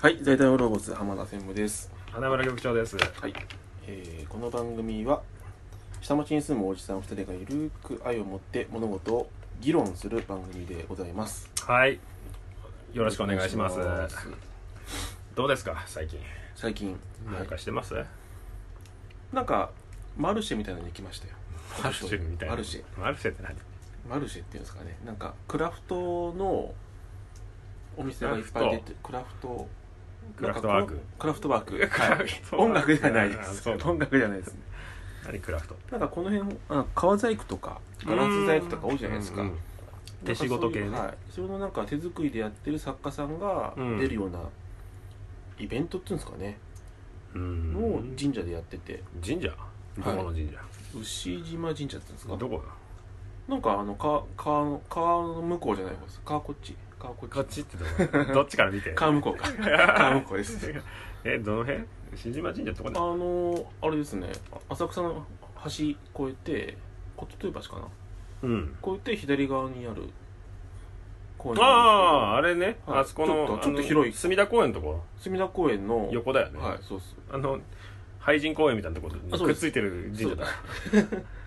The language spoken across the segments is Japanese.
はい、在宅ロボッツ浜田専務です。花村局長です。はい、えーこの番組は下町に住むおじさん2人がゆるく愛を持って物事を議論する番組でございます。はい。よろしくお願いします。よろしくお願いしどうですか、最近。ます最近、はなんかい、してます。なんかマルシェみたいなのに行きましたよ。マルシェみたいな。マルシェ。マルシェって何。マルシェっていうんですかね。なんかクラフトのお店がいっぱい出てクラフトクラフトワークなんかこのクラフトワーク。 クラはいフトワーク音楽ではないで あす。そう音楽ではないですね。何クラフト。なんかこの辺あ革細工とかガラス細工とか多いじゃないですかうんうん手仕事系ねなんかそういうはい、それのなんか手作りでやってる作家さんがうん出るようなイベントっていうんですかね、うんを神社でやってて神社。どこの神社。牛島神社っていうんですかどこ。なんかあの川川の川の向こうじゃない方です川こっち川こっちこっちってどこ。どっちから見て。川向こうか川向こうですえ、どの辺。新島神社ってこあこのあれですね浅草の橋越えてことという橋かなで。うん。越えて左側にある公園なんですああ、けどあれね、はいあそこのちょっとちょっと広いあの隅田公園のとこ墨田公園の横だよね、はいそうですあの廃人公園みたいなところにあそうくでっすついてる神社だ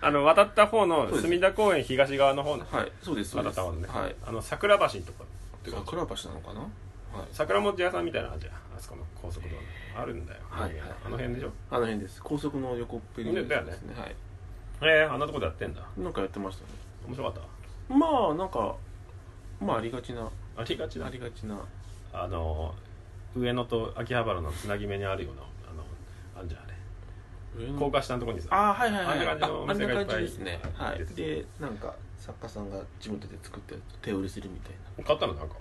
あの渡った方のそうです隅田公園東側の方のはいそうですそう渡でっすた方のね、はいあの桜橋のとこっていうか桜橋なのかなはい桜餅屋さんみたいなのあるじゃんあそこの高速道路あるんだよ、はいはいあの辺でしょあの辺です高速の横っぺりだよねですねはいええあんなとこでやってんだなんかやってましたね面白かっまあなんかまあありがちなたありがちだありがちなあの上野と秋葉原のつなぎ目にあるようなあのあんじゃんあれ上の高架下のところにさああはいはいはいあんな感じのおああん店ながいっ感ぱいじですねは出いててでなんか作家さんが自分たちで作って手売りするみたい買ったのなんか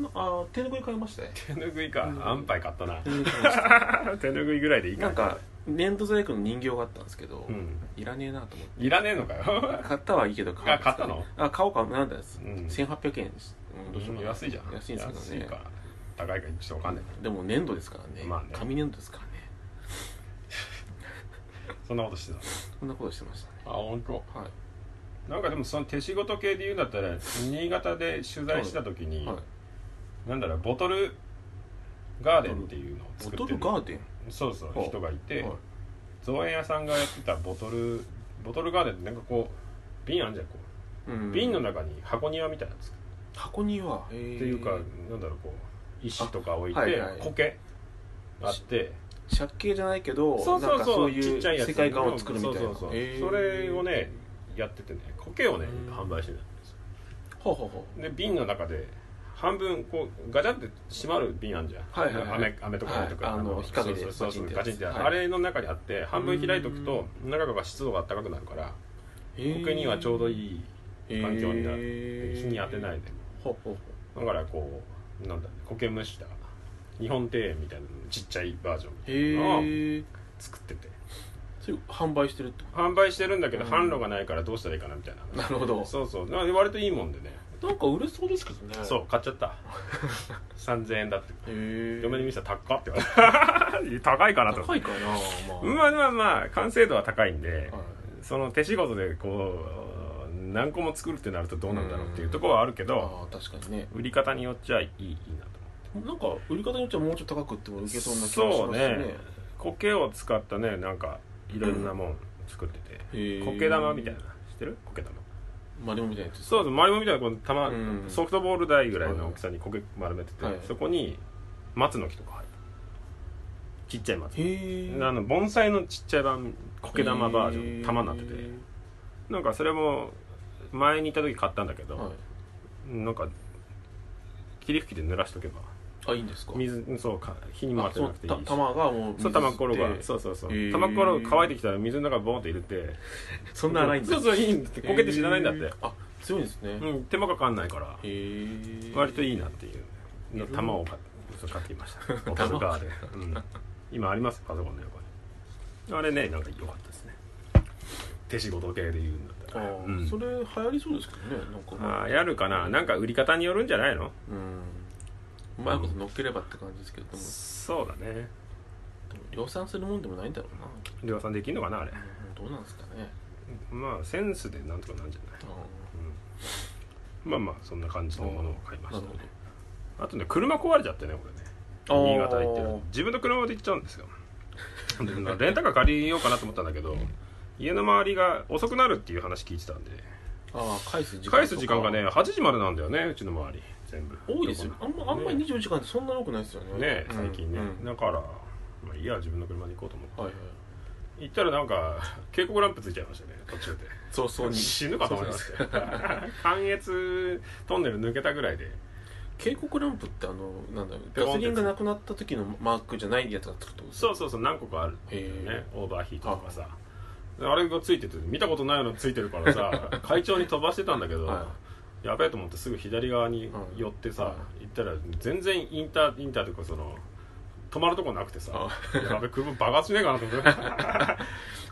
なああ手ぬぐい買いましたね手ぬぐいか、うん安牌買ったな手ぬぐい買いま した手ぬぐいぐらいでいいかなんか粘土細工の人形があったんですけどうんいらねえなと思っていらねえのかよ買ったはいいけどわなかあ買っねあ買おうか悩んだんです、うん1800円です、うんどうしようかな安いじゃん安いんです安いけどかね高いかちょっとわかんないでも粘土ですからね,、まあね紙粘土ですからねそんなことしてたこんなことしてましたねあ本当。はいなんかでもその手仕事系で言うんだったら新潟で取材してた時に、はい、なんだろうボトルガーデンっていうのをボ作ってトるルガーデンそうそうはい人がいて、はい造園屋さんがやってたボトルボトルガーデンってなんかこう瓶あんじゃんこうんう瓶の中に箱庭みたいなの作る、箱庭ってっていうかなんだろうこう石とか置いて、あはいはい苔あって借景じゃないけどそうそうなんかそそううちっちゃいいやうつ世界観を作るみたいなそうそうそうへーそれをねやっててね苔をねうん販売してたんですよほうほうほで瓶の中で半分こうガチャって閉まる瓶あんじゃん、はいはいはい雨雨とか雨とか、はいあの日陰でそうそうそパうチンってやつガチンってやるはいあれの中にあって半分開いとくと中が湿度が高くなるからうへー苔にはちょうどいい環境になるへー日に当てないでほうほうほだからこうなんだろうね苔むした日本庭園みたいなのちっちゃいバージョンみうたいなのをへえ作っててそれ販売してるってこ販売してるんだけどうん販路がないからどうしたらいいかなみたいなとなるほどそうそうなんか割といいもんでねなんか売れそうですけどねそう買っちゃった 3000円だってへえ嫁に見せたら高っって 言われた高いかなと高いかなまあ、まあまあまあ完成度は高いんではいその手仕事でこう何個も作るってなるとどうなんだろうっていうところはあるけどああ確かにね売り方によっちゃいいいいなとなんか売り方によってはもうちょっと高く売ってもいけそうな気がしますねそうね苔を使ったねなんかいろんなもん作っててへー苔玉みたいな知ってる苔玉マリモみたいなやつそうそう丸めみたいなこの玉、うんソフトボール台ぐらいの大きさに苔丸めてて、はいそこに松の木とか入るちっちゃい松へえあの盆栽のちっちゃい版苔玉バージョン玉になっててなんかそれも前に行った時買ったんだけど、はいなんか霧吹きで濡らしとけばあいいんですか水そうか火にもあ当てそなうくていいたし玉がもう水そう玉ころが吸ってそうそうそう、へー玉ころが乾いてきたら水の中ボーンって入れてそんなないんだそうそういいんだってへー苔って知らないんだって、あ強いんですねへうん手間かかんないからえ割といいいなっていう玉を買っ買ってきました玉 玉ガーデン、うん、今ありますパソコンの横にあれねなんか良かったですね手仕事系で言うんだったあら、ーうんそれ流行りそうですけどねなんかあーやるかななんか売り方によるんじゃないのうんうまいこと乗っければって感じですけれどもそうだねでも量産するもんでもないんだろうな量産できんのかなあれうんどうなんですかねまあセンスでなんとかなんじゃない、うんまあまあそんな感じのものを買いあまーしなたるねほどあとね車壊れちゃってねこれねあー新潟行ってる自分の車で行っちゃうんですよ でレンタカー借りようかなと思ったんだけど家の周りが遅くなるっていう話聞いてたんでああ返す時間とか返す時間がね8時までなんだよねうちの周り全部多いですよあんまあんまり24時間ってそんなに多くないですよねね最近ね、うんうんだからまあいいや自分の車で行こうと思ってはいはい行ったらなんか警告ランプついちゃいましたね途中で早々に死ぬかと思いまそうしそうそたうよ 関越トンネル抜けたぐらいで警告ランプってあのなんだろうペコガンっソてリやつンがなくなった時のマークじゃないやつがつくってことですかそうそうそう何個かあるんだよへねオーバーヒートとかさあれがついてて見たことないのついてるから さ会長に飛ばしてたんだけど、はやべえと思ってすぐ左側にうん寄ってさ、は行ったら全然インターインターというかその止まるとこなくてさやべえ車爆発しねえかなと思って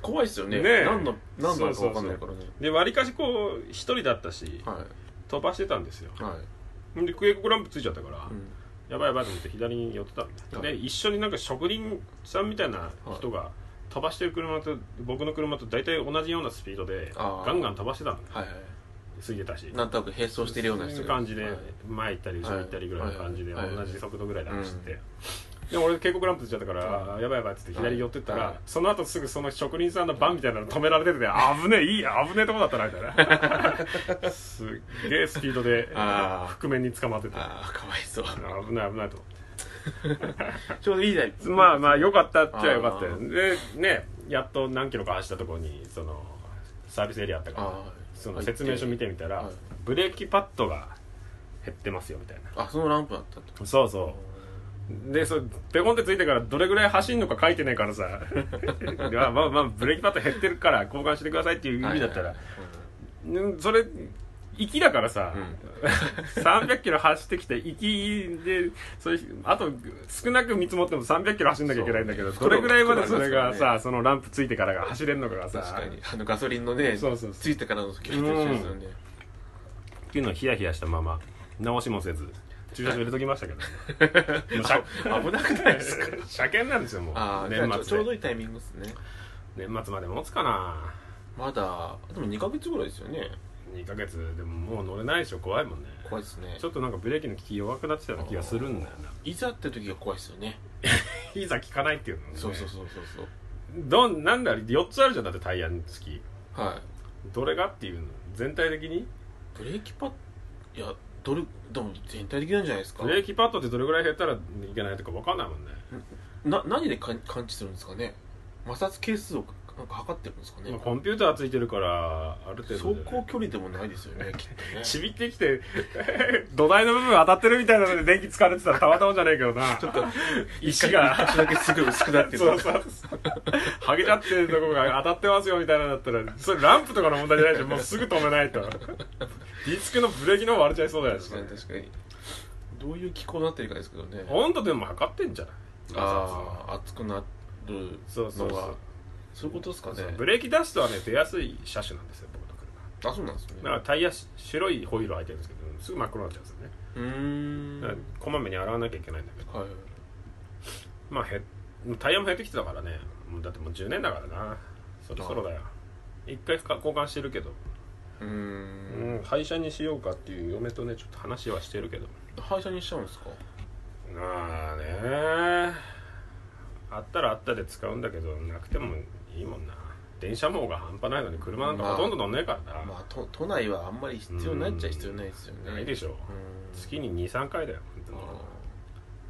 怖いですよねねえ何の何のあるか分かんないからねでわりかしこう一人だったしはい飛ばしてたんですよはいで警告ランプついちゃったから、うんやばいやばいと思って左に寄ってたんだよはで一緒になんか職人さんみたいな人が飛ばしてる車と僕の車と大体同じようなスピードであーガンガン飛ばしてたのはいは過ぎてたしいなんとなく並走してるような人そうがいう感じではい前行ったり後ろ行ったりぐらいの感じではいはい同じ速度ぐらいで走ってで俺警告ランプついちゃったからあーやばいやばいっつって左寄ってったはいらその後すぐその職人さんのバンみたいなの止められてて危ねえいい危ねえとこだったなみたい なすっげえスピードであー覆面に捕まっててああかわいそう危ない危ないと思って。ちょうどいい台まあまあ良かったっちゃ良かったあよでねやっと何キロか走ったところにそのサービスエリアあったからあーその説明書見てみたら、はいブレーキパッドが減ってますよみたいなあそのランプだったってこそうそうでそれペコンってついてからどれぐらい走んのか書いてないか らさまあまあまあブレーキパッド減ってるから交換してくださいっていうと意味だったら、はいはいはいんそれ行きだからさ、うん300キロ走ってきて行きでそれあと少なく見積もっても300キロ走んなきゃいけないんだけどそうどれぐらいまでそれがそうださ、そのランプついてからが走れるのかがさ確かにあのガソリンのねそうそうそうついてからの時と一緒ですよねっていうのをヒヤヒヤしたまま直しもせず駐車場入れときましたけ どもう車危なくないですか 車検なんですよもうああじゃあ年ちょ末うどでいいタイミングですね年末まで持つかなまだでも2ヶ月ぐらいですよね2ヶ月でももう乗れないでしょ怖いもんね怖いですねちょっとなんかブレーキの効き弱くなってたような気がするんだよないざって時が怖いですよねいざ効かないっていうのもねそうそうそうそうそうどんなんだろう4つあるじゃんだってタイヤにつきはいどれがっていうの全体的にブレーキパッいやどれでも全体的なんじゃないですかブレーキパッドってどれぐらい減ったらいけないとか分かんないもんね、な何でかん感知するんですかね摩擦係数をなんか測ってるんですかねまあ、コンピューターついてるからある程走度ね、行距離でもないですよねきっ とねちびってきて土台の部分当たってるみたいなので電気疲れてたらたまたまじゃねえけどなちょっと石が足だけすごい薄くなってるそうそうそうはげちゃってるとこが当たってますよみたいなのだったらそれランプとかの問題じゃないじゃんもうすぐ止めないとディスクのブレーキの方割れちゃいそうだよね確かに確かにどういう気候になってるかですけどね温度でも測ってんじゃないああ熱くなるそうそうのそうはそういうことですかねそうブレーキダストはね出やすい車種なんですよ僕の車あそうなんですねだからタイヤし白いホイール開いてるんですけどすぐ真っ黒になっちゃうんですよねうーんだからこまめに洗わなきゃいけないんだけどはいまあへタイヤも減ってきてたからねもうだってもう10年だからなそろそろだよ一回か交換してるけど、うーうんん、廃車にしようかっていう嫁とねちょっと話はしてるけど廃車にしちゃうんですかまあねあったらあったで使うんだけどなくてもいいもんな電車網が半端ないのに車なんかほとんど乗んねえからな、まあ都都内はあんまり必要ないっちゃ必要ないですよねないでょしょうん月に23回だよ本当にあ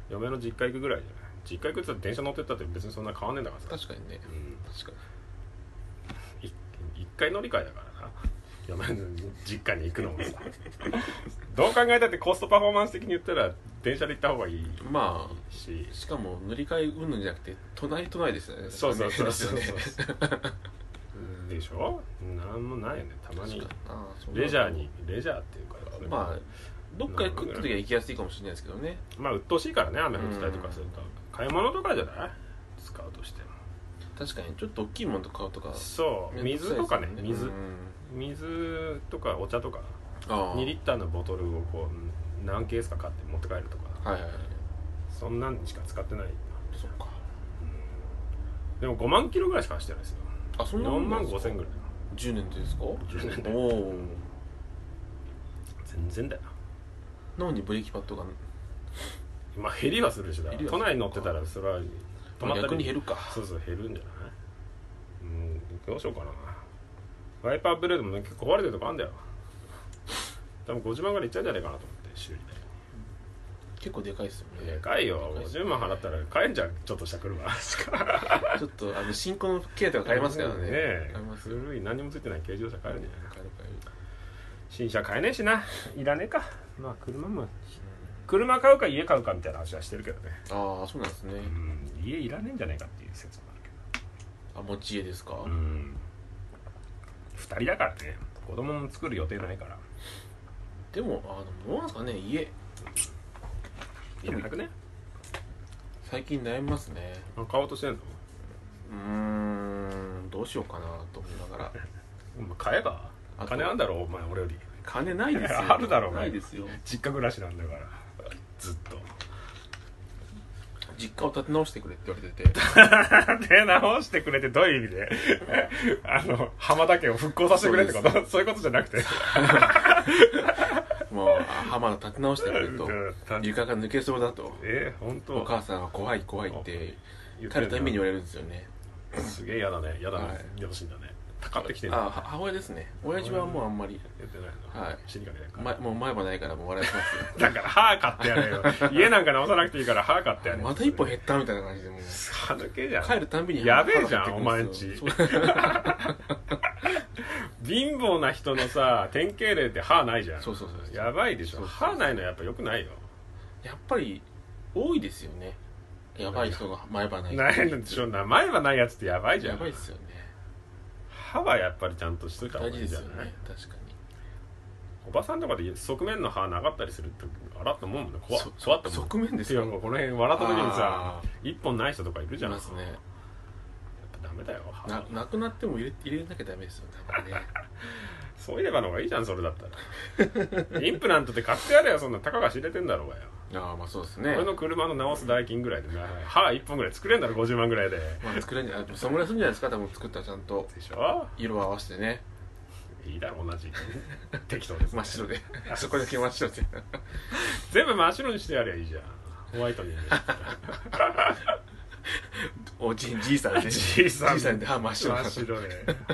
嫁の実家行くぐらいじゃない実家行くって言ったら電車乗ってったって別にそんな変わんねえんだからーさ確かにねうん確かい一回乗り換えだからな嫁の実家に行く のもさどう考えたってコストパフォーマンス的に言ったら電車で行った方がいいにまあししかも塗り替えうんぬんじゃなくて都内都内ですよねそうそうそうですよそうねそうでしょなんもないよねたまに確かにあーそうレジャーにレジャーっていうかですねまあどっかへ食った時は行きやすいかもしれないですけどねまあ鬱陶しいからね雨降ったりとかすると買い物とかじゃない使うとしても確かにちょっと大きいものと買うとかそう面倒水くとさかいでねすよ水、うん水とかお茶とかあ2リッターのボトルをこう何ケースか買って持って帰るとかーはいはいはいそんなんしか使ってない、そっかうんでも5万キロぐらいしか走ってないですよあそんな4もんなん万です5か千ぐらい10年でですか10年でおお全然だよなのにブレーキパッドがまあ減りはするでしょだから減りはする都内に乗ってたらそれは泊まったり逆に減るかそうそう減るんじゃないうんどうしようかなワイパーブレードもね結構壊れてるとこあんだよ多分50万ぐらいいっちゃうんじゃないかなと思って修理結構でかいですよでねでかいよでかいっす50万払ったら買えんじゃんちょっとした 車ちょっとあの新婚の軽とか買えますからねえ買えますよ古い何にもついてない軽自動車買えるんじゃない買える買える新車買えねえしないらねえかまあ車も車買うか家買うかみたいな話はしてるけどねああそうなんですねうん家いらねえんじゃねえかっていう説もあるけどあ持ち家ですか、うん2人だからね子供も作る予定ないからでもあのどうなんですかね家いらなくね最近悩みますねあ買おうとしてんのうーんどうしようかなと思いなが らお前買えばあと金あんだろお前俺より金ないですよ あるだろうねないですよ実家暮らしなんだからずっと実家を建て直してくれって言われてて 手直してくれてどういう意味であの浜田家を復興させてくれってことそういうことじゃなくてもうあ浜田建て直してくれとうん床が抜けそうだとえー、本当お母さんは怖い怖いって言って彼るのために言われるんですよねすげえ嫌だね嫌だはねい両親だねたかってきてるあは母親ですね親父はもうあんまり、言ってないの、はい死にかけてるからま、もう前歯ないからもう笑いし ますよだから歯買ってや れよ家なんか直さなくていいから歯買ってやれよまた一歩減ったみたいな感じでもう歯抜けじゃん帰るたんびにやべえじゃん腹が減ってくるですよ貧乏な人のさ典型例って歯ないじゃんそうそうそうそう やばいでしょそうそう歯ないのやっぱよくないよやっぱり多いですよねやばい人が前歯ない人ないんでしょ名前はないやつってやばいじゃんやばいっすよね歯はやっぱりちゃんとしといた方大が事いいでんすじゃよない、ね確かにおばさんとかで側面の歯なかったりするとあらっと思うもんね怖っそ怖っと思う側面ですいやよもうこの辺笑った時にさあ一本ない人とかいるいじゃんますねやっぱダメだよ歯ななくなっても入れ入れなきゃダメですよね多分ねそういればの方がいいじゃんそれだ ったらインプラントって買ってやれよそんなたかが知れてんだろうがよああまあそうですね俺の車の直す代金ぐらいでな歯1本ぐらい作れんだろ50万ぐらいでまあ作れんじゃないそのぐらいするんじゃないですか多分作ったらちゃんとでしょ色合わせてねいいだろ同じ適当です、真っ白であそこだけ真っ白で全部真っ白にしてやりゃいいじゃんホワイトにやりゃいい じゃんおじいじいさんでじいさんじいさんで歯真っ白真だっと白で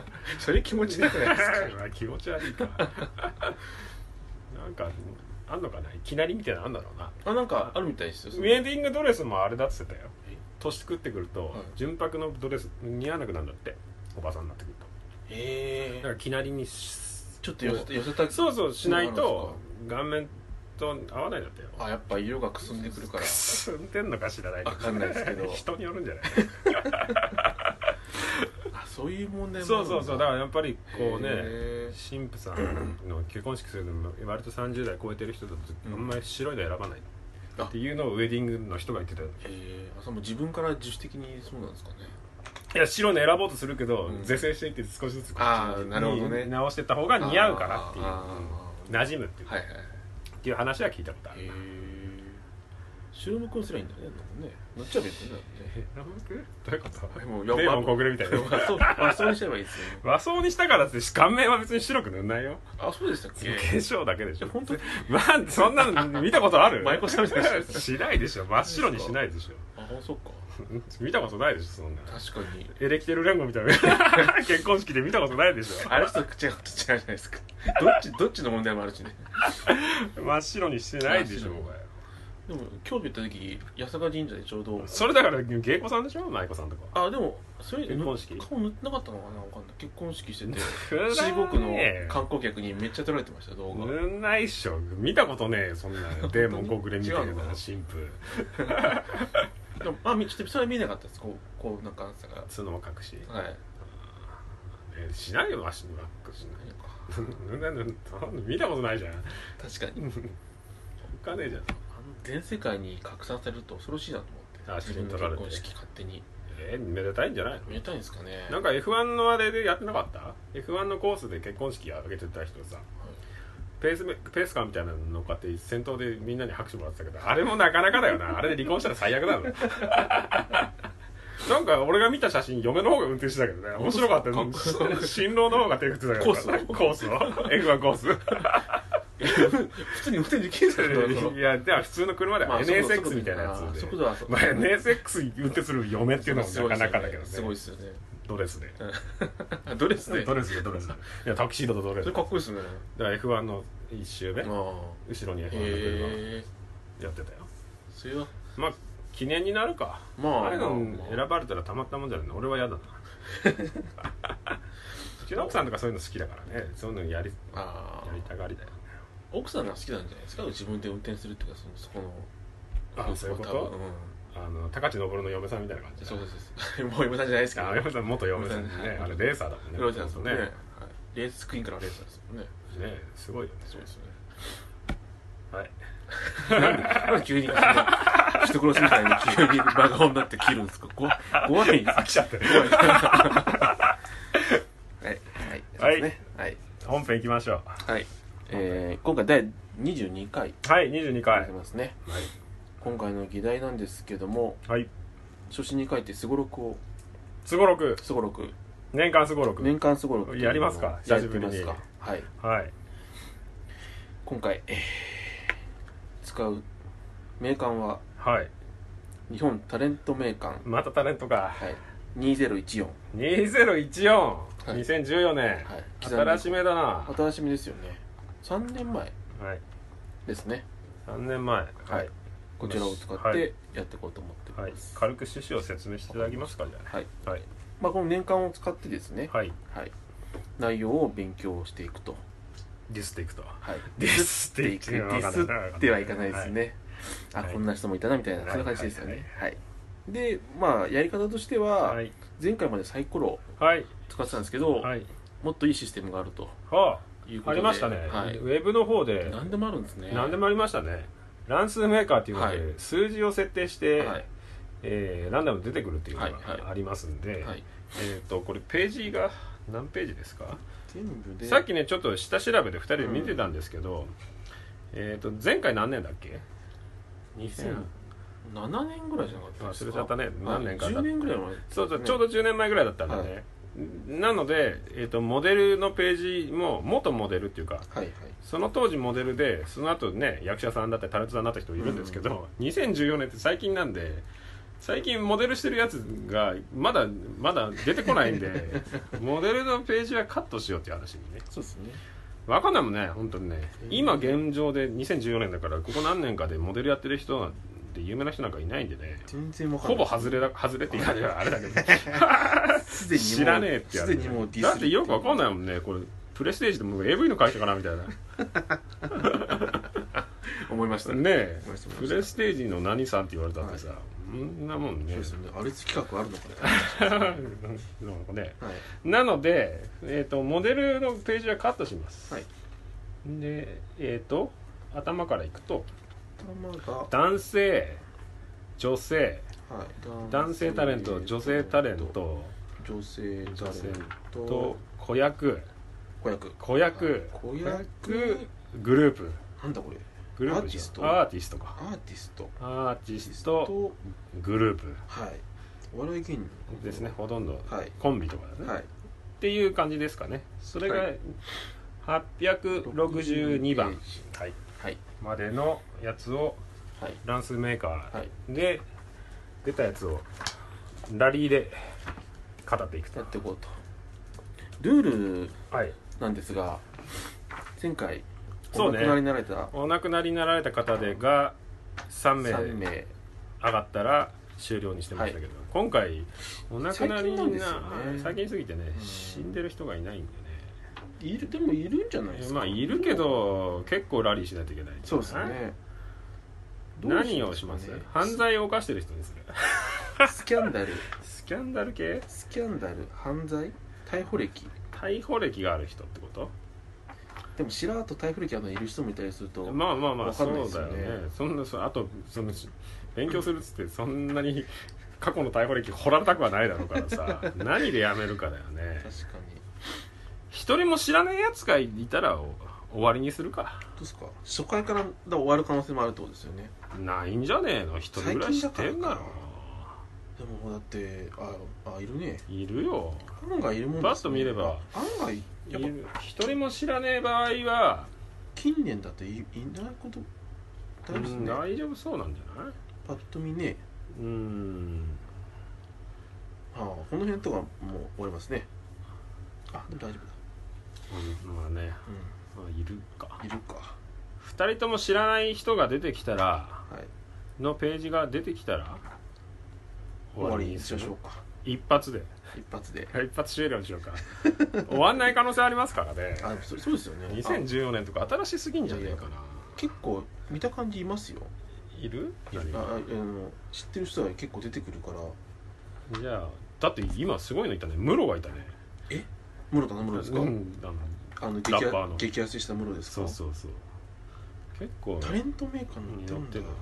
それ気持ちよくないですかまあ気持ち悪 いかなんかあんのかないきなりみたいなのあんだろうなあなんかあるみたいですよウェディングドレスもあれだっつってたよえ年食ってくると、はい純白のドレス似合わなくなるんだっておばさんになってくるとえだからきなりにしちょっと寄せた寄せたそうそうしないとそう顔面と合わないんだっ てよあやっぱ色がくすんでくるからくすんでんのか知らないわかんないですけど 人によるんじゃないあそういう問題もそうそうそうだからやっぱりこうねね神父さんの結婚式するのも割と30代超えてる人だとうんあんまり白いの選ばないあっていうのをウェディングの人が言ってたよえー、あそれも自分から自主的にそうなんですかねいや白いの選ぼうとするけど、うん是正していって少しずつこあっちーになるほどね直してった方が似合うからっていうあーあうん馴染むっていう,、はいはいっていう話は聞いたことあへえる白無くんすりゃいいんだねなんかねなっちゃえばいいんだよねえラムクどういうことでもレーモン小暮み たいな和装和装にしちゃえばいいですよね和装にしたからって顔面は別に白く塗んないよあそうでしたっ 化け粧だけでしょ本当にまあそんなの見たことある舞妓さんみたいな人しないでしょ真っ白にしないでしょあそっか見たことないでしょそんな確かにエレキテル連合みた いな結婚式で見たことないでしあれちょっと違う違うじゃないですか どっちどっちの問題もあるしねょ真っ白にしてないでしょ真っ白お前でも京都行った時八坂神社でちょうどそれだから芸子さんでしょ舞妓さんとかあでもそれ結婚式顔塗ってなかったのかなわかんない結婚式してて塗らねえ中国の観光客にめっちゃ撮られてました動画塗んないっしょ見たことねえよそんなデーモン小暮みたい違なうの神父でもあみちょっとそれは見えなかったですこうこうなんかあったか角も隠しらはいえしないよ足のラックしないよ塗んない塗んない見たことないじゃん確かにおかねえじゃんあの全世界に拡散されると恐ろしいなと思ってあ自分の写真撮られ結婚て式勝手にえー、めでたいんじゃない見えたいんですかねのなんか F1 のあれでやってなかった F1 のコースで結婚式挙げてた人さペースメペースカーみたいなの乗っかって先頭でみんなに拍手もらってたけどあれもなかなかだよなあれで離婚したら最悪だろなんか俺が見た写真嫁の方が運転してたけどね面白かったよかっこいい新郎の方が手振ってたからコースをコースを F1 コース普通に運転できるんですよいやじゃあ普通の車でまあ NSX みたいなやつそでこそこあーそこそこまあ NSX 運転する嫁っていうのもなかなかだけどねすごいですよねドレスであドレスでドレスでドレスでいやタキシードとドレそれスだかかっこいいですねら F1 の1周目あ後あろに F1 の車へえやってたよそれはまあ記念になるかまああれのまあ選ばれたらたまったもんじゃないの俺は 嫌だなうちの奥さんとかそういうの好きだからねそういうのやりああやりたがりだよね奥さんが好きなんじゃないですか自分で運転するっていうかそのそこのあそういうこ多分とうんあの高知昇の嫁さんみたいな感じだそうですそうです もう今さんじゃないですけどあ嫁さん元嫁さんねあれレーサーだもんねロジャーですもんねねはいレースクイーンからレーサーですもんねねすごいよねそうですよねはいなんでなんで急に人殺しみたいに急に真顔になって切るんですか怖い怖いです飽きちゃってる怖いはいはいそうですねはい本編いきましょはい、えー今回第22回でうはい22回ございますね、はい今回の議題なんですけどもはい初心に書いてすごろくをすごろくすごろく年間すごろく年間すごろくやりますかやってみます久しぶりかにはいはい今回、えー使う名鑑ははい日本タレント名鑑、またタレントかはい、2014、い20142014年はい、新しみめだな新しみですよね3年前はいですね3年前はいこちらを使っはいてやっていこうと思っています、はい軽く趣旨を説明していただきますかじゃはいあはいまあ、この年間を使ってですね、はいはい、内容を勉強していくと、ディスっていくとはい、ディスっていくディスってはいかないですね、はあいこんな人もいたなみたいな、はいそんな感じですよね、はいでまあやり方としては、はい前回までサイコロをはい使ってたんですけど、はいもっといいシステムがあるとはいうこあとでありましたね、はいウェブの方で何でもあるんですね何でもありましたね乱数メーカーっていうので、はい数字を設定して、はいえーランダムで出てくるっていうのはいはがいありますんで、はい、えっ、とこれページが何ページですか全部でさっきねちょっと下調べで2人で見てたんですけど、えっ、と前回何年だっけ2007年ぐらいじゃなかったですか忘れちゃったね何年かはいだ10年ぐらい前、そうそうちょうど10年前ぐらいだったんでね、なので、えー、とモデルのページも元モデルっていうかはいはいその当時モデルでその後ね役者さんだったりタレントさんになった人いるんですけど、2014年って最近なんで最近モデルしてるやつがまだまだ出てこないんで モデルのページはカットしようっていう話にねそうですねわかんないもんね本当にね今現状で2014年だからここ何年かでモデルやってる人なんて有名な人なんかいないんでね全然わかんなほいぼ外れだ外れって言われたらあれだ けどすでにもう知らねえってやすつでにもうディスだってよくわかんいないもんねこれプレステージでもう AV の会社かなみたいなね思いましたえごめんなさいプレステージの何さんって言われたってさ、はそんなもんねそうですよねあれ企画あるのか なんかねなはい なので、えー、とモデルのページはカットします、はいでえっ、と頭からいくと頭が男性女性はい男性タレント女性タレント女性タレ女性ントと子役子役子役子子役役グループなんだこれグループアーティストアーティストかアーティストアーティストグループはいお笑い芸人ですねほとんどはいコンビとかだね、はいっていう感じですかねそれがはい862番、はいはいまでのやつをはいランスメーカはいーで出たやつをラリーで語っていくとやっていこうとルールはいなんですが前回そうお亡ねくなりになられたお亡くなりになられた方でが3名3名上がったら終了にしてましたけど、今回お亡くなり最近にななんですよね最近すぎてねうん死んでる人がいないんでねいるでもいるんじゃないですかまあいるけど結構ラリーしないといけないそうですね何をしますどう犯罪を犯してる人ですねスキャンダルスキャンダル系スキャンダル犯罪逮捕歴逮捕歴がある人ってことでもしらーっと逮捕歴あるのいる人もいたりするとまあまあまあわそかうんだないよでねすよねそんなそあとそのし勉強するっつってそんなに過去の逮捕歴掘られたくはないだろうからさ 何でやめるかだよね確かに一人も知らないやつがいたらお終わりにするかどうですか初回からだから終わる可能性もあるってことですよねないんじゃねえの一人ぐらい知ってん最近だだろかでもだってああいるねいるよ案外いるもんですねバッと見れば案外いやっぱる一人も知らねえ場合は気近年だといいないこと大丈夫ですうんね大丈夫そうなんじゃないパッと見ねうんああこの辺とかもう終わりますねあでも大丈夫だうんまあね、うまあ、いるかんいるかは2人とも知らない人が出てきたらいのページが出てきたら終わりににすしるましょうか一発で一発で一発終了にしよ うか終わんない可能性ありますからねあそそうですよねあ2014年とか新しすぎんじゃねえかな結構見た感じいますよいるあ何あがの知ってる人が結構出てくるからじゃあだって今すごいのいたねムロがいたね室田の室ですか、うんあのあのラ激ッパーアの激痩せした室ですかそうそうそう結構タレントメーカーにうなっんやてっるんてだんだな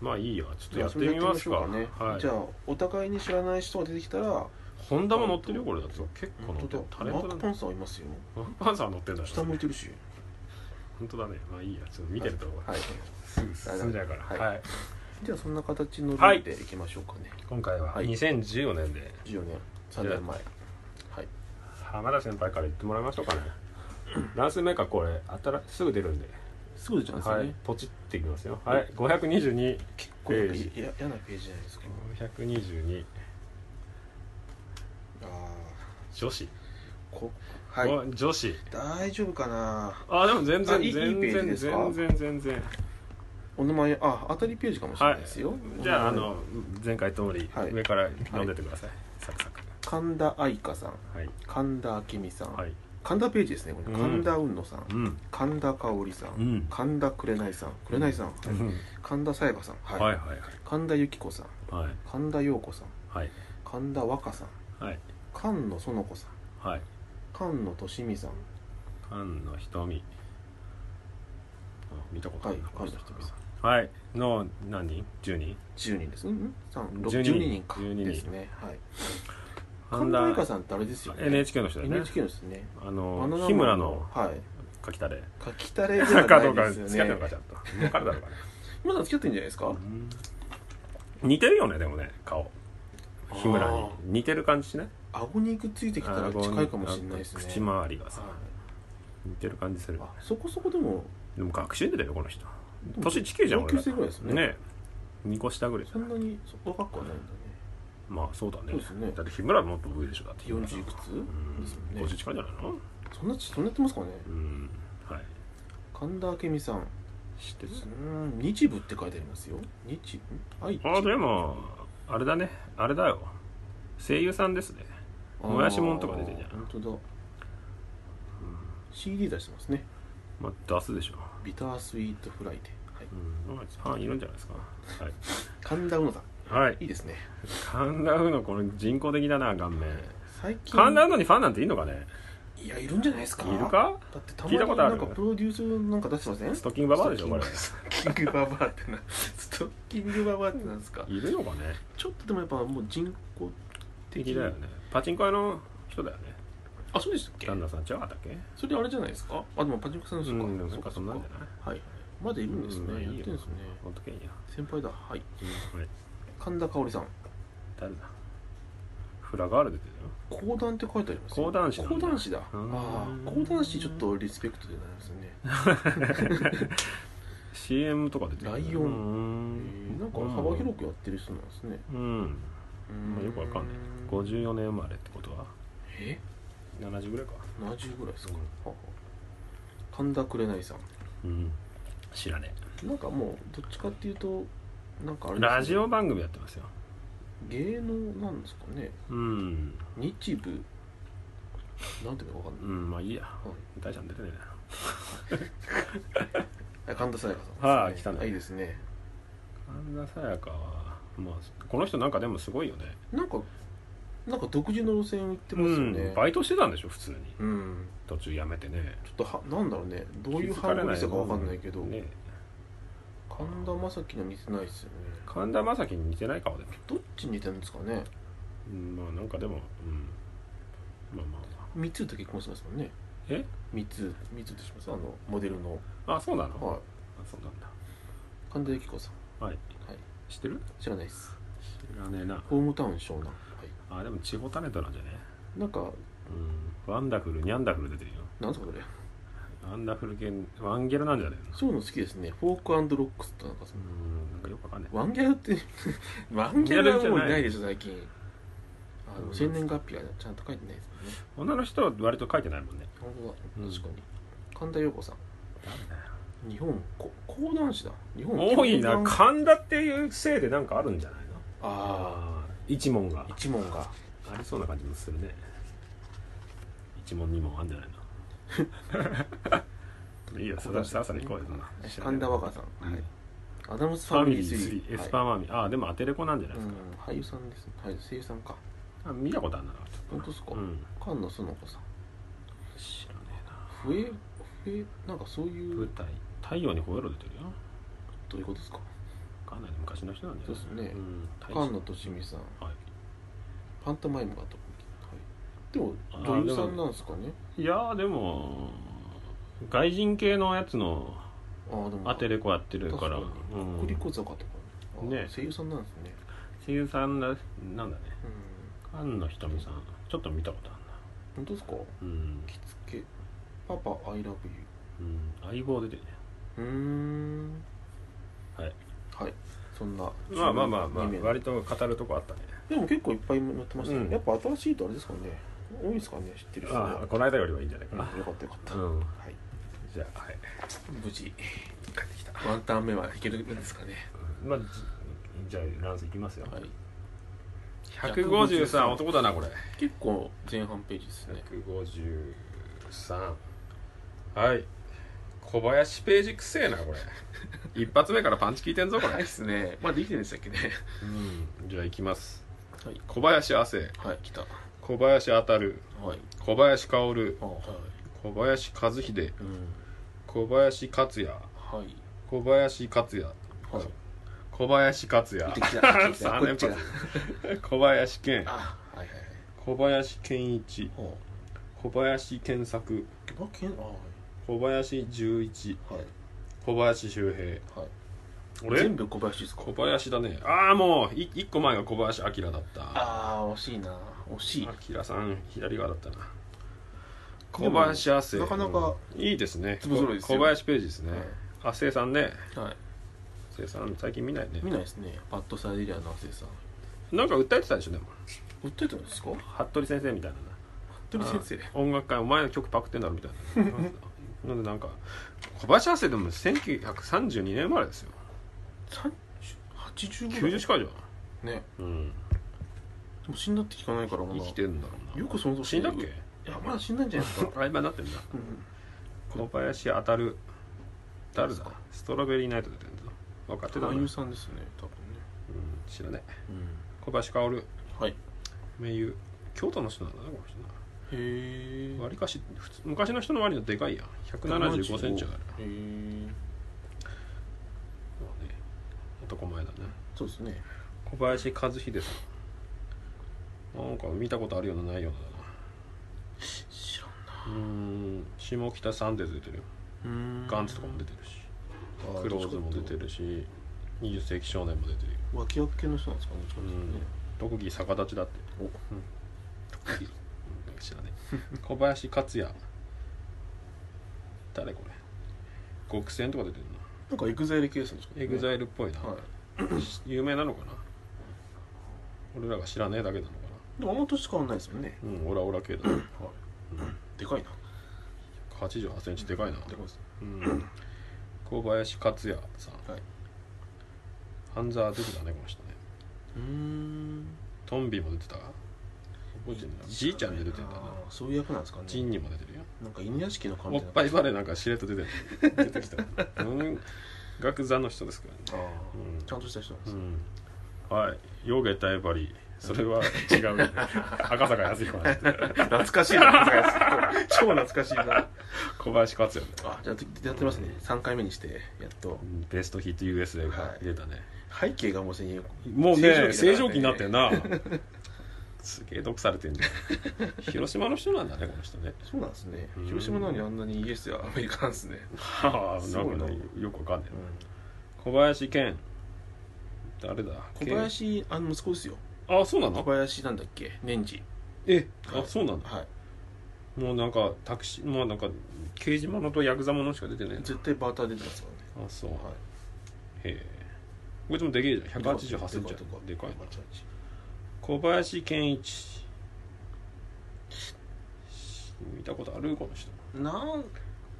まあいいよちょっとじゃやあってそれみやっまてすみかましょうかねはいじゃあお互いに知らない人が出てきたらホンダも乗ってるよこれだと結構本乗って当るだタレンマトーなク・んパだンサーいますよワンパンサー乗ってんだ下向いてるし本当だねまあいいやちょっと見てるとはいすぐ進んじゃうからはいはいじゃあそんな形のルはいールでいきましょうかね、今回ははい2014年で14年3年前はい浜田先輩から言ってもらいましょうかね 何数メーカーこれ新しすぐ出るんでそうじゃないですはよいね、ポチっていきますよはい522結構なんかペーいや嫌なページじゃないですか522あ女子、ーこはいお女子大丈夫かなあでも全あ然いい全いいページ然ですか全然全然お名前あ当たりページかもしれはないですよ、いじゃああの前回通りはい上から読んでってくださいサクサク神田愛香さんはい神田明美さん、はい神田ページですねこれ、うん神田雲野さんうん神田香織さん、うん神田紅さん紅さん、うん神田沙也加さん、ははいいはい神田由紀子さんはいはい神田陽子さんはい神田和歌さんはい菅野園子さんはい菅野俊美さん菅野瞳あ見たことあはいるな菅野仁美さんはいの何人10人10人です、うんうん、3 6 12 12人か12人ですね、はい、神田愛香さんってあれですよね NHK の人だよね NHK ですねあバナナマのン日村のはい書きたれ書きたれで かはどうなかい付できすよね合ってるのかちゃんと分かるだろうかねまだ付き合ってんじゃないですか似てるよねでもね顔日村にあ似てる感じしない顎に肉ついてきたら近いかもしれないですねあ口周りがさは似てる感じするいあそこそこでもでも学習でだよこの人でも年地球じゃん同俺級ら生ぐらいですねね2個下ぐらいじゃそないんなに若くはないんだねまあそうだねそうですねだって日村はもっと上でしょだって40いくつうんですもん50ね近いんじゃないのそんなそんなやってますかねうんはい神田明美さん知ってるうん日部って書いてありますよ日部愛知あでもあれだねあれだよ声優さんですねあーもやしもんとか出てんじゃん本当だ CD 出してますねまあ出すでしょビタースイートフライデー、はい、うんまあファンいるんじゃないですか神田うのさんはい、はいい、いですね神田うのこの人工的だな顔面最近神田うのにファンなんていいのかねいやいるんじゃないですかいるかだってたま聞いにたことあなるんかプロデュースなんか出してませんストッキングババアでしょこれストッキングババアってなストッキングババアってなんですかいるのかねちょっとでもやっぱもう人工敵だよねパチンコ屋の人だよねあそうでしたっけ旦那さん違うかったっけそれあれじゃないですかあでもパチンコさんのそうか、うんでもなそんうかかそそんうなかんじゃないはいまだいるんですね、うんまあいいよやってるんですねほんとけんや、先輩だはいうん、はい神田香織さん誰だフラガール出てるよ講談って書いてありますよ講談師なんだ講談師だあうんあ講談師ちょっとリスペクトでなりますよね CM とか出てるライオンえうんーなんか幅広くやってる人なんですねうんうんまあよくわかんない54年生まれってことはえ70ぐらいか70ぐらいですか、うんはあはあ神田紅さうん知らねんなんかもうどっちかっていうとなんかあえれですね、ラジオ番組やってますよ芸能なんですかねうん日舞なんていうのかわかんうない、んまあいいやはい大ちゃん出てねえなあ神田沙也加さんですねはい来たねあいいですね神田沙也加はまあこの人なんかでもすごいよねなんかなんか独自の路線を行ってますようんねバイトしてたんでしょ普通にうん途中辞めてねちょっとはなんだろうねどういう反応でしたかわかんないけど、ね神田正輝の似てないですよね神田正輝に似てない顔で、どっちに似てるんですかねうん、まあなんかでも、うん、まあまあま三つと結婚してますもんねえ三つ三つとしますあのモデルのああそうなの、はいあそうなんだ神田由紀子さんはいはい知ってる知らないです知らねえなホームタウン湘南はあでも地方タレントなんじゃねいなんかうんワンダフルニャンダフル出てるよなんすかそれアンダフル系ワンゲルなんじゃないのそういうの好きですねフォークロックスとなんかそのうんなんかよくわかんないワンギャルってワンギャルはもういないでしょ最近あでも生年月日はちゃんと書いてないですもんね女の人は割と書いてないもんね本当だうん確かに、神田陽子さん日本こ講談師だ日本多い講な談神田っていうせいでなんかあるんじゃないのああ一問があ一問がありそうな感じもするね一問二問あんじゃない のいいよそれささに行こうよそんな神田和歌さん、うんはい、アダムスフファァミミリリーー3 3エスパーマミ、ああでもアテレコなんじゃないはでいすか、うん、俳優さんですね、はい、声優さんかあ見たことあるなかっ本当ですか、たうん菅野園子さん知らねえな増え増えなんかそういう舞台太陽に吠えろ出てるよどういうことですかかなり昔の人なんだよそうですねん、大菅野俊美さんはパントマイムがと、はい、でもあー女優さんなんですかねい、いやーでも外人系のやつのああでもアテレコやってるから、う確かにコリん、コ坂とかあね声優さんなんですね声優さんだなんだねうん菅野瞳さんちょっと見たことあ本当ですかるなうん、着付けパパアイラブうん、相棒出てるねユーうーんはいはいそんなまあまあまあまあ12名の割と語るとこあったねでも結構いっぱい載ってましたね、うんやっぱ新しいとあれですかね多いですかね知ってる人ねああこの間よりはいいんじゃないうかんな、よかったよかった、うんはいじゃあはい無事帰ってきたワンタン目はいけるんですかねまあじじゃあランスいきますよ、はい153男だなこれ結構前半ページですね153はい小林ページくせえな これ一発目からパンチ効いてんぞこれ、早いっすねまあできてるんでしたっけねうんじゃあいきますはい小林亜生 はい来たは小林当たるい小林薫あはい小林和秀うん小林克也はい小林克也はい小林克也出て きた出てきた三連発小林健あはいはい小林健一はいは小林健作ああけんあは小林十一いはい小林周平はい俺全部小林ですか小林だねああもうい一個前が小林明だったああ惜しいな惜しい明さん左側だったなで小も林亜生なかなかうんいいですね粒揃いですよ小林ページですね亜生さんねはい亜生さん最近見ないね見ないですねバッドサイデリアの亜生さんなんか訴えてたでしょでも売ってたんですか服部先生みたいな服部先生あー音楽会お前の曲パクってんだろみたいななんでなんか小林亜生でも1932年生まれですよ3080ぐら90い近いじねゃん、うん、でも死んだって聞かないからまだ生きてんだろうなよくその年死んだっいけやまだ死んだんじゃないですかあ今なってんだ うん小林当たる誰誰だだストロベリーナイト出てるんだ分かってたな、う俳ん優、さんですね多分ね知らねえうん小林薫はいへ名優京都の人なんだなこの人えなわりかし普通昔の人の割のでかいやん1 7 5ンチあるへえまあね男前だねそうですね小林和秀さんなんか見たことあるようなないよう知らんなだなうーん下北サンデーズ出てるようーんガンツとかも出てるしあクローズも出てるし20世紀少年も出てるよ脇役系の人なんですかねどっちかっていうとね特技逆立ちだってお特技うん知らねえ 小林克也誰これ極戦とか出てるなんかエグザイル系ですねなエグザイイルっぽいな、はい有名なのかな俺らが知らねえだけなのかでもあの年変わんないですよねなうんオラオラ系だなでかいな8 8センチでかいな、でかいですうん、小林克也さん、はいハンザー・ドゥクだねこの人ねうーんトンビも出てた覚えてんなじいちゃんで出てたなあーそういう役なんですかねジンにも出てるよなんか犬屋敷の感じおっなぱいバレーなんかしれっと出てる出てきた文学座の人ですからねあーうんちゃんとした人なんですうんはい「ヨゲタエバリ」それは違 うね赤坂康彦なんで懐かしいな 超懐かしいな小林克也あじゃあやってますね3回目にしてやっとベストヒット USA が出たね、背景がもう専用もうね正正常常期期ににななっっててんんなすげえ毒されてんじゃん広島の人なんだねこの人 ねそうなんですねうん広島なのにあんなにイエスやアメリカなんですねはあすなんごいかなねよくわかんないな小林健誰だ小林あの息子ですよあそうな小の林なんだっけ年次えあそうなんだはいもうなんかタクシーまあなんか刑事ものとヤクザものしか出てね絶対バーター出てますからねあそう、はいへえこいつもでけえじゃん188センチあるでかいな小林健一見たことあるこの人なん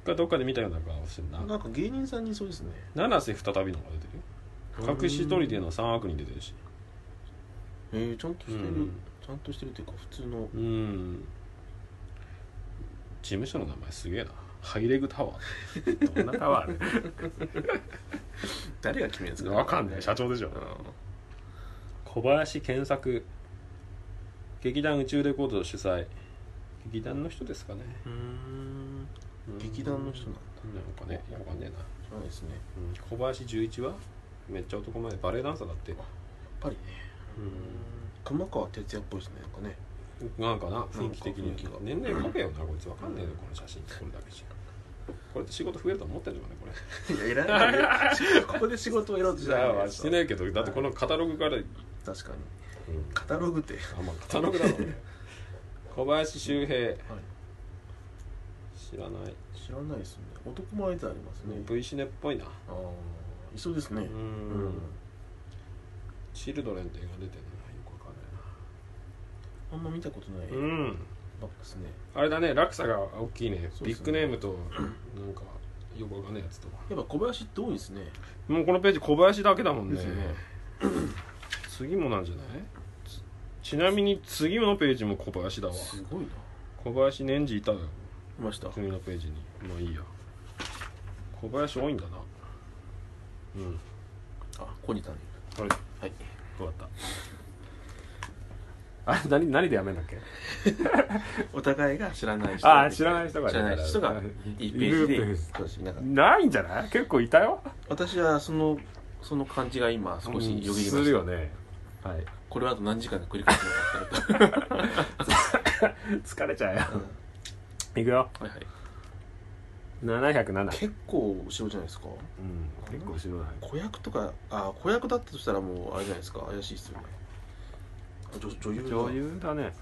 がどっかで見たような顔してるななんか芸人さんにいそうですね七瀬再びのが出てるよ隠し砦の三悪に出てるしえー、ちゃんとしてる、うんちゃんとしてるっていうか普通のうん事務所の名前すげえなハイレグタワー どんなタワーね誰が決めるんですか わかんない社長でしょ小林健作劇団宇宙レコード主催劇団の人ですかねうんうん劇団の人なんだなんかねわかんねえな、じゃないですねやっうん小林十一はめっちゃ男前バレエダンサーだってぱりね熊川哲也っぽいですねなんかねなんかな雰囲気的になんか雰囲気が年々書けよなこいつわかんねえよこの写真これだけじゃこれって仕事増えると思ってんのかね これいや偉いここで仕事を得ろうとじゃあしてないけどだってこのカタログから、うん、確かにカタログってあまあカタログだもんね小林周平はい知らない、知らないですね男前でありますね、 V シネっぽいなああいそうですね、うんうんチルドレンって映画出てるのよくわかんあんま見たことないないなうんバックスね、あれだね落差が大きいねそうビっすねッグネームとなんかよくわかんないやつとやっぱ小林って多いですねもうこのページ小林だけだもんでねすよね 次もなんじゃないちちなみに次のページも小林だわすごいない小林年次いたよました次のページにまあいいや小林多いんだなうんあここにいたねあれはい終わったあれ何何でやめんだっけお互いが知らない人あー知らない人が知らない人がいいページいるペーでジ少しなんかないんじゃない結構いたよ私はそのその感じが今少しよぎりましすた、るよねはいこれはあと何時間で繰り返すのかってなっ疲れちゃうよたうんいくよはいはい 707結構後ろじゃないですかうん結構後ろだね子役とかあ子役だったとしたらもうあれじゃないですか怪しいっすよねあ女女優だ女優だね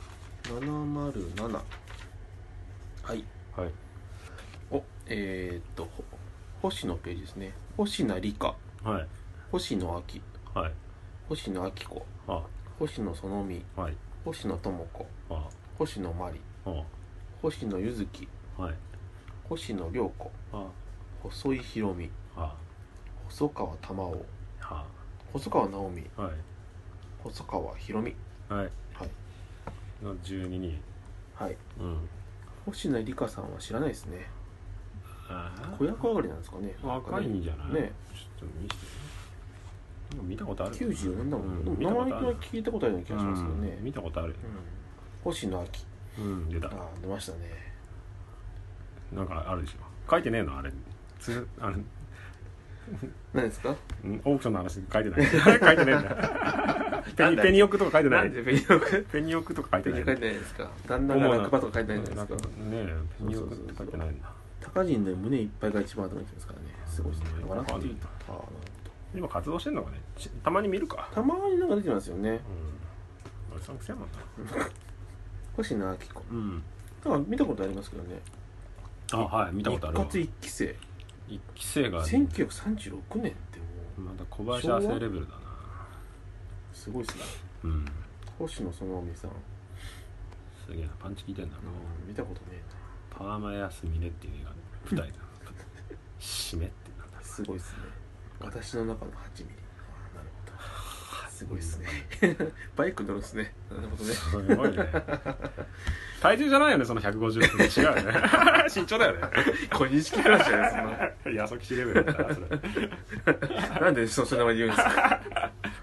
707はいはいおえー、っとほ星のページですね星名理香はい星野亜紀はい星野亜紀子あ星野園美はい星野智子あ星野真理あ星野柚月はい星野涼子あ細井宏美あ細川玉緒あ細川直美はい細川博美はいはいの12人はいうん星名理香さんは知らないですねあ子役上がりなんですかねあ若いんじゃないねちょっと見せてなんか見たことある94年だもん、うんでも見たことある名前は聞いたことあるような気がしますけどね、うん見たことあるうん星野亜紀うん出たあー出ましたねなんかあるでしょ書いてねえのあれつあれ何ですかうんオークションの話書いてない 書いてないんだペなんニだペニオクとか書いてなないんでペニオクペニオクとか書ペいてニなオいク書いてないですか旦那が落馬とか書いてないじゃないですかねえペニオクって書いてないんだ高人の胸いっぱいが一番頭にきてますからねすごいですねうん笑っていいあーなるほ今活動してんのかねちたまに見るかどたまになんか出てますよねうんおじさんくせえもんな星野亜紀子うんなんか見たことありますけどねあはい見たことあるわ一括一期生一期生が1936年ってもまだ小林亜生レベルだうなすごいですねうん星野園美さん、すげえなパンチ効いてんだなうん見たことねパーマやスミレっていう映画の舞台だ 締めってなんだえなすごいですね私の中の8ミリあーなるほどすごいですね バイク乗るんですねなるほど ねすごいね 体重じゃないよねその150分違うよね 身長だよね小認識話じゃないですか矢崎レベルだなそれなんでその名前で言うんですか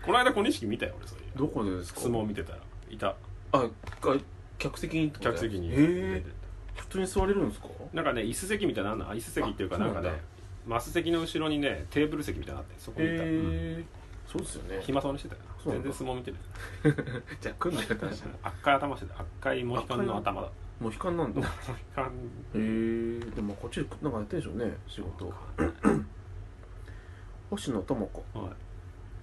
この間小錦見たよ俺そういう どこでですか相撲見てたらいたああ客席にってこと客席にへ出えて普通に座れるんですかなんかね椅子席みたいなのあんのあ椅子席っていうかあなんかそうねなんだマス席の後ろにねテーブル席みたいなのあってそこにいた、うんへえそうですよね暇そうにしてたよそうな全んだ然相撲見てるじゃあ組んでやった話赤い頭してた赤いモヒカンの頭だ もう悲観なん だへモヒカンえでもこっちでなんかやってるでしょうね仕事星野智子はい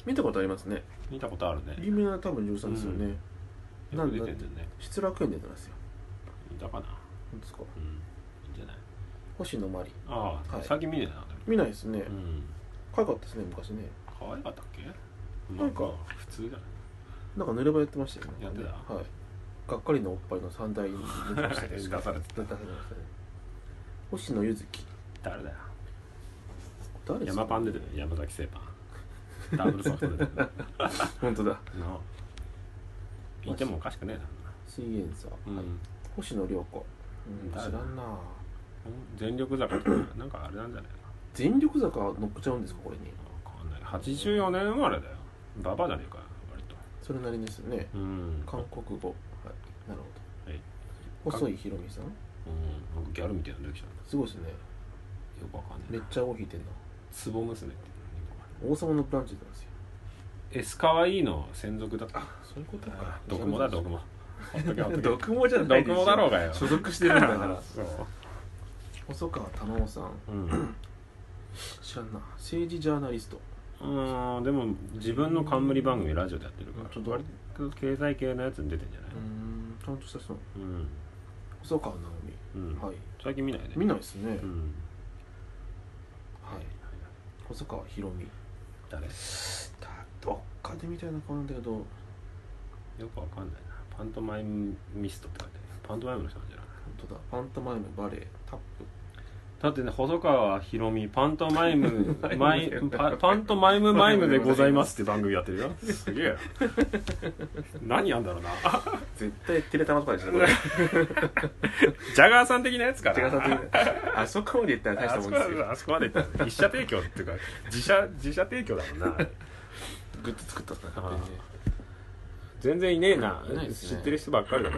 見たことありますね見たことあるね有名な多分女優さんですよね、なんだよく出てんだよね失楽園でやってますよ見たかうなそうですかうんいいんじゃない星野真里ああ、はい最近見てたな見ないですねうん可愛かったですね昔ね可愛かったっけなんかまあまあ普通だなんか濡れ場やってましたよねやってたはいがっかりのおっぱいの三大に出てましたね 出されてた出されてましたね星野ゆずき誰だよ誰ですか山パン出てる山崎製パンダブルソフト出て るな本当だいてもおかしくねえな水源さ、うんはい星野涼子、うん、知誰らだんなぁ全力坂とかなんかあれなんじゃないか全力坂乗っちゃうんですかこれになわかんない84年生まれだよババアじゃねえかよ割とそれなりですよねうん韓国語はいなるはいほど細井ひろみさんうんなんかギャルみたいなの出てきたすごいですねよくわかんめないっちゃ尾引いてんなツボ娘って王様のブランチなんですよエスカワイイの専属だったそういうことか毒もだ毒もほっとけほっとけ毒もじゃないですよ毒もだろうがよ所属してるんだからそう 細川珠緒さんうん知らんな政治ジャーナリストうんでも自分の冠番組ラジオでやってるからちょっと割と経済系のやつに出てんじゃないうーんちゃんとした人なのうん細川直うん美はい最近見ないね見ないですねうんはい細川ひろみ誰だどっかで見たような顔なんだけど本よくわかんないなパントマイムミストって書いてあるパントマイムの人なんじゃない当だパントマイムバレエタップだってね細川ひろみパントマイ ムマイマイムパパントマイムマイムでございますって番組やってるよすげえ何やんだろうな絶対テレタマとかで しょこれ ジャガーさん的なやつかな違うさあそこまでいったら大したもんですよあそこまであそこまで行ったら一社提供っていうか自社自社提供だもんなグッズ作ったっすねあー全然いねえなないですね知ってる人ばっかりだな